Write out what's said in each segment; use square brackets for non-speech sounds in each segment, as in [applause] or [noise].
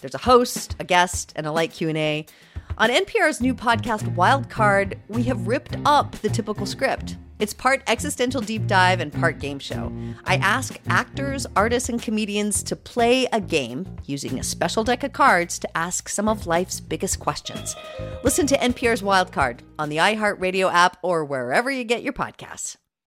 There's a host, a guest, and a light Q&A. On NPR's new podcast Wildcard, we have ripped up the typical script. It's part existential deep dive and part game show. I ask actors, artists, and comedians to play a game using a special deck of cards to ask some of life's biggest questions. Listen to NPR's Wildcard on the iHeartRadio app or wherever you get your podcasts.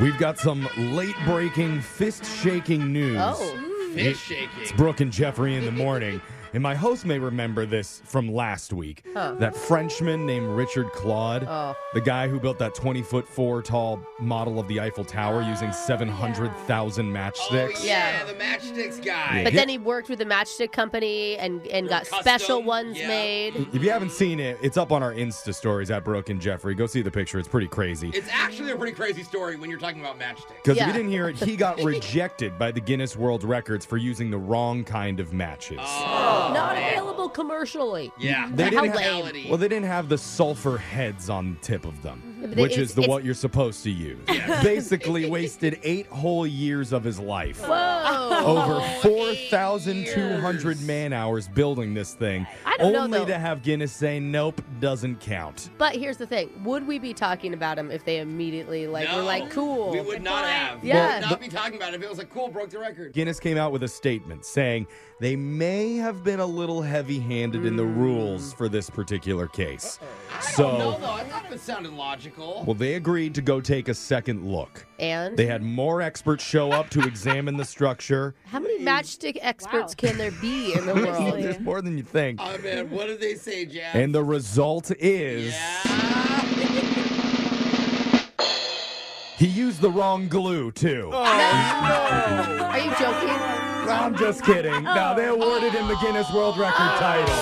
We've got some late breaking, fist shaking news. Oh. Fish shaking. It's Brooke and Jeffrey in the morning. [laughs] And my host may remember this from last week. Oh. That Frenchman named Richard Claude, the guy who built that 20 foot 4 tall model of the Eiffel Tower using 700,000 matchsticks. Yeah, the matchsticks guy. Yeah. But then he worked with a matchstick company and, and got Custom, special ones yeah. made. If you haven't seen it, it's up on our Insta stories at Brooke and Jeffrey. Go see the picture. It's pretty crazy. It's actually a pretty crazy story when you're talking about matchsticks. Because if Yeah. you didn't hear it, he [laughs] got rejected by the Guinness World Records for using the wrong kind of Oh, matches. Not available commercially. Yeah. They How didn't lame. Reality. Well, they didn't have the sulfur heads on the tip of them, But which it's- is the it's- what you're supposed [laughs] to use. Basically, wasted eight whole years of his life. Whoa. [laughs] Over 4,200 man hours building this thing, I don't know, only though. to have Guinness say, nope, doesn't count. But here's the thing: Would we be talking about him if they immediately like were No, like, "Cool"? We would not have. Yeah. We would not be [laughs] talking about it if it was like, cool, broke the record. Guinness came out with a statement saying they may have been a little heavy handed in the rules for this particular case. So, I don't know, though. I thought it sounded logical. well, they agreed to go take a second look. and They had more experts show up to examine the structure. how many matchstick experts can there be in the [laughs] world? There's more than you think. oh, man, what did they say, Jeff? And the result is yeah. [laughs] he used the wrong glue, too. Oh, Are you joking? I'm just kidding. No, they awarded him the Guinness World Record title.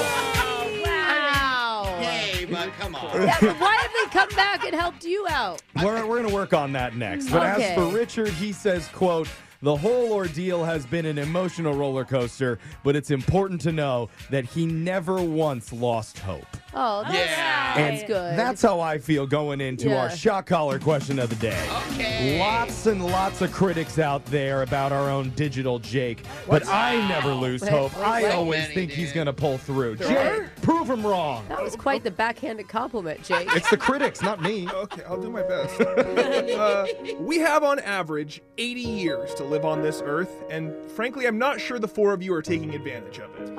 Wow. Hey, but come on. Yeah, but why have they come back and helped you out? We're, we're going to work on that next. But as Okay. for Richard, he says, quote, the whole ordeal has been an emotional roller coaster, but it's important to know that he never once lost hope. Oh, that's, Yeah. that's And good. That's how I feel going into our Yeah. shot collar question of the day. Okay. Lots and lots of critics out there about our own digital Jake, but I never lose Wait, hope. wait, I wait. always Many, think he's dude. going to pull through. Sure. Jake, prove him wrong. that was quite the backhanded compliment, Jake. It's the critics, not me. Okay, I'll do my best. uh, we have, on average, 80 years to live on this earth, and frankly, I'm not sure the four of you are taking advantage of it.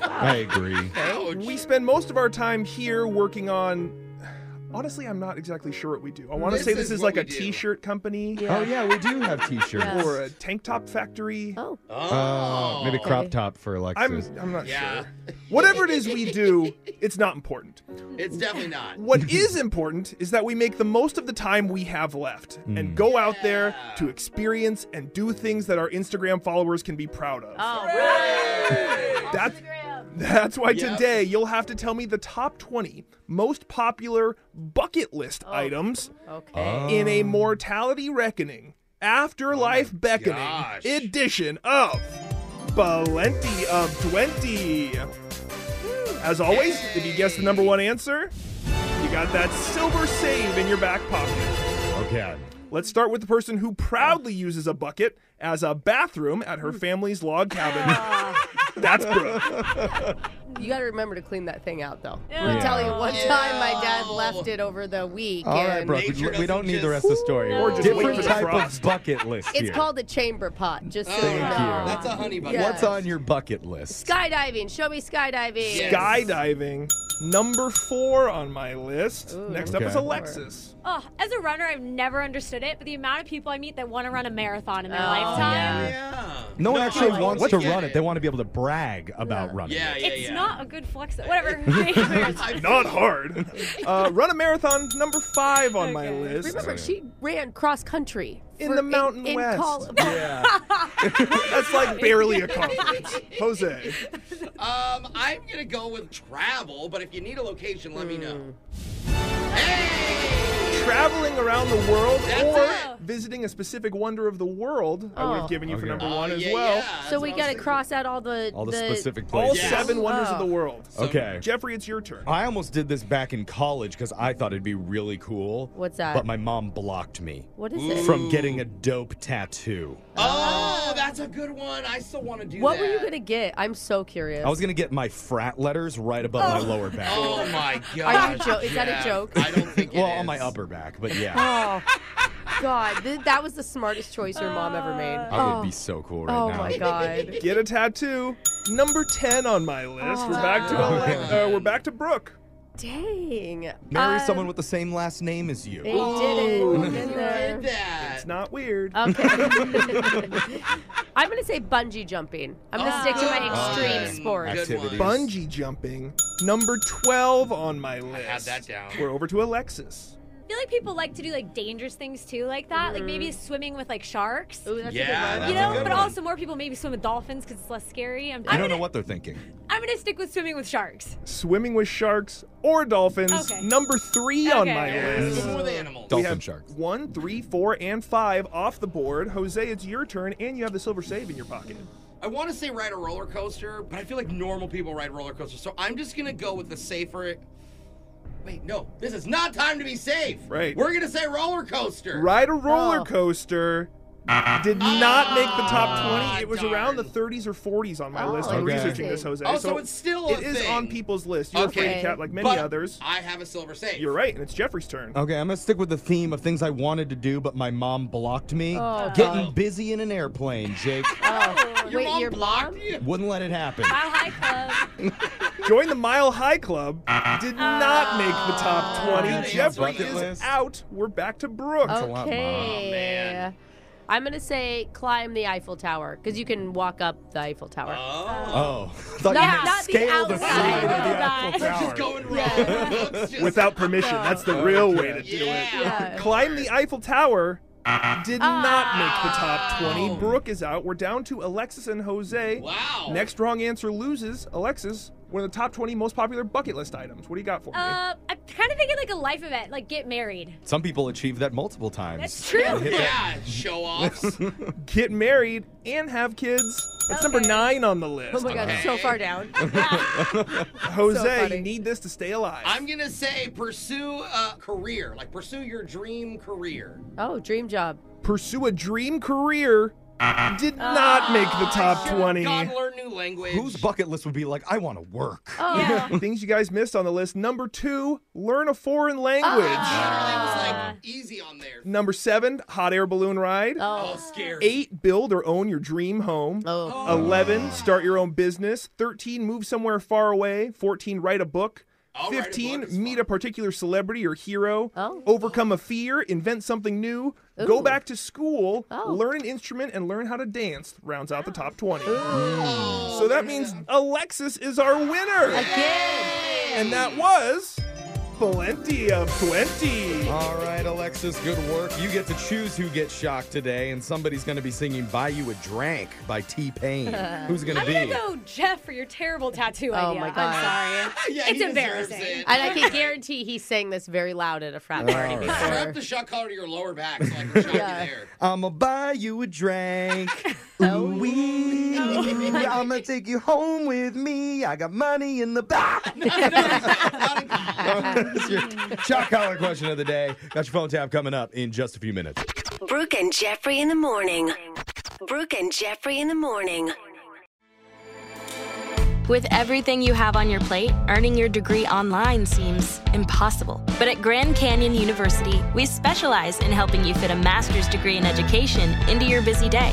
I agree. We spend most of our time here working on. Honestly, I'm not exactly sure what we do. I want to This say this is is, what like we a do. shirt company Oh, yeah, we do have t shirts. or a tank top factory. Oh, Oh, maybe crop top for I'm, Alexis. I'm not Yeah. sure. Whatever it is we do, it's not important. It's definitely not. What is important is that we make the most of the time we have left Hmm. and go out there to experience and do things that our Instagram followers can be proud of. oh, That's That's why Yep. today you'll have to tell me the top 20 most popular bucket list Oh. items Okay. in a mortality reckoning, Oh afterlife beckoning gosh. edition of Plenty of 20. As always, if you guess the number one answer, you got that silver save in your back pocket. Okay. Let's start with the person who proudly uses a bucket as a bathroom at Hmm. her family's log cabin. Ah. [laughs] That's Brooke. You got to remember to clean that thing out, though. Yeah. I'm gonna tell you, one time my dad Yeah. left it over the week. All right, and- Brooke. We, we don't need the rest of the story. Or just Different wait for the type of frost. bucket list It's here. called a chamber pot. Just Oh, so Thank you you. know. That's a honey bucket. Yeah. What's on your bucket list? Skydiving. Show me skydiving. Yes. Skydiving, number four on my list. Next up Okay. is Alexis. Oh, as a runner, I've never understood it, but the amount of people I meet that want to run a marathon in their Oh, lifetime. Yeah. No one No, actually I wants get to it. run it. They want to be able to brag about running. Yeah, it. yeah, It's yeah. not a good flex. Whatever. Thank you, Meredith. Not hard. Uh, run a marathon, number five on my list. Oh, Remember, she ran cross country In for- the Mountain in, West. [laughs] col- That's like barely [laughs] a conference. Jose. Um, I'm gonna go with travel, but if you need a location, let me know. Hmm. Hey! Traveling around the world That's or it. visiting a specific wonder of the world, I would Oh. have given you for Okay. number Oh, one as yeah, well. yeah, that's so what I we was got to thinking. cross out all the All the, specific All places. Yeah. seven wonders of Oh. the world. Okay. Jeffrey, it's your turn. I almost did this back in college because I thought it'd be really cool. What's that? But my mom blocked me What is it? from getting a dope tattoo. Oh, that's a good one. I still want to do What that. were you gonna get? I'm so curious. I was going to get my frat letters right above my lower back. Oh my god. Are you jo- is that a joke? I don't think [laughs] it well, on my is. upper back, but yeah. Oh God, th- that was the smartest choice your mom ever made. I would Oh. be so cool right oh now. my God. Get a tattoo. Number ten on my list. we're back to Oh, Ale- uh, we're back to Brooke. Dang. Marry Um, someone with the same last name as you. They did it. Ooh, Look in you there. did that. It's not weird. Okay. I'm gonna say bungee jumping. I'm gonna stick to my Oh. extreme Okay. sports. Good one. Activities. Bungee jumping, number twelve on my list. had that down. We're over to Alexis. I feel like people like to do like dangerous things too, like that. Like Mm. maybe swimming with like sharks. Ooh, that's Yeah, a good one. that's you a know, good but one. also more people maybe swim with dolphins because it's less scary. I'm, I I'm, don't know gonna, what they're thinking. I'm gonna stick with swimming with sharks. Swimming with sharks or dolphins, Okay. number three on Okay. my Yeah, list. swim with animals. Dolphin We have sharks. One, three, four, and five off the board. Jose, it's your turn, and you have the silver save in your pocket. I want to say ride a roller coaster, but I feel like normal people ride roller coasters, so I'm just gonna go with the safer. Wait, no, this is not time to be safe. Right. We're gonna say roller coaster. Ride a roller Oh. coaster did not make the top 20. It was Ah, darn. around the 30s or 40s on my Oh, list. I'm Okay. researching this, Jose. Oh, so, so it's still it a is thing. on people's list. You're a free Okay. cat like many But others. I have a silver save. You're right, and it's Jeffrey's turn. Okay, I'm gonna stick with the theme of things I wanted to do, but my mom blocked me. Oh, Getting God. busy in an airplane, Jake. Oh, Your wait, mom your blocked you. Wouldn't let it happen. Mile High Club. Join the Mile High Club. Did not make the top 20. Oh, yeah. Jeffrey Bucket is list. out. We're back to Brooke. That's a lot, Mom. okay. Oh, man. I'm gonna say climb the Eiffel Tower because you can walk up the Eiffel Tower. Oh. Oh, [laughs] I thought you Not- meant not the scale the, outside. side of the Outside. Eiffel Tower. Just going wrong. Brooke's just- Without permission. That's the Oh, real okay. way to do it. Yeah. Yeah. Climb the Eiffel Tower did not make the top 20. Oh. Brooke is out. We're down to Alexis and Jose. Wow. Next wrong answer loses. Alexis, one of the top 20 most popular bucket list items. What do you got for me? Uh, I'm kind of thinking like a life event, like get married. Some people achieve that multiple times. That's true. Yeah, show offs. Get married and have kids. That's number Okay. nine on the list. Oh my God, so far down. Jose, funny. you need this to stay alive. I'm gonna say pursue a career, like pursue your dream career. oh, dream job. Pursue a dream career did not make the top Should've 20. Gone learn new language. Whose bucket list would be like, I want to work? Oh, Things you guys missed on the list. Number two, learn a foreign language. Literally was like easy on there. Number seven, hot air balloon ride. Oh, scary. Eight, build or own your dream home. oh. 11, start your own business. 13, move somewhere far away. 14, write a book. I'll write a book, 15, it's meet fun. a particular celebrity or hero. Oh. Overcome a fear, invent something new. Go Ooh. back to school, Oh. learn an instrument, and learn how to dance. Rounds out the top 20. So that means Alexis is our winner. Again. And that was Plenty of 20. All right, Alexis, good work. You get to choose who gets shocked today, and somebody's going to be singing Buy You a Drank by T Pain. Who's it going to I'm be? gonna go Jeff for your terrible tattoo Oh idea. my I'm God. [laughs] sorry. Yeah, it's he deserves embarrassing. And I can guarantee he sang this very loud at a frat party All right. before. Wrap the shot collar to your lower back so I can shock you there. I'm going to buy you a drank. Ooh, wee. I'm going to take you home with me. I got money in the back. [laughs] That's your shot collar question of the day. Got your phone tap coming up in just a few minutes. Brooke and Jeffrey in the morning. Brooke and Jeffrey in the morning. With everything you have on your plate, earning your degree online seems impossible. But at Grand Canyon University, we specialize in helping you fit a master's degree in education into your busy day.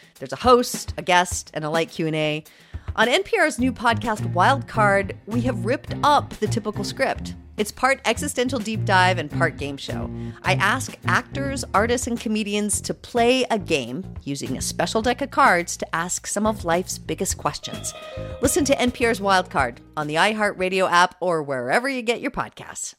There's a host, a guest, and a light Q&A. On NPR's new podcast Wildcard, we have ripped up the typical script. It's part existential deep dive and part game show. I ask actors, artists, and comedians to play a game using a special deck of cards to ask some of life's biggest questions. Listen to NPR's Wildcard on the iHeartRadio app or wherever you get your podcasts.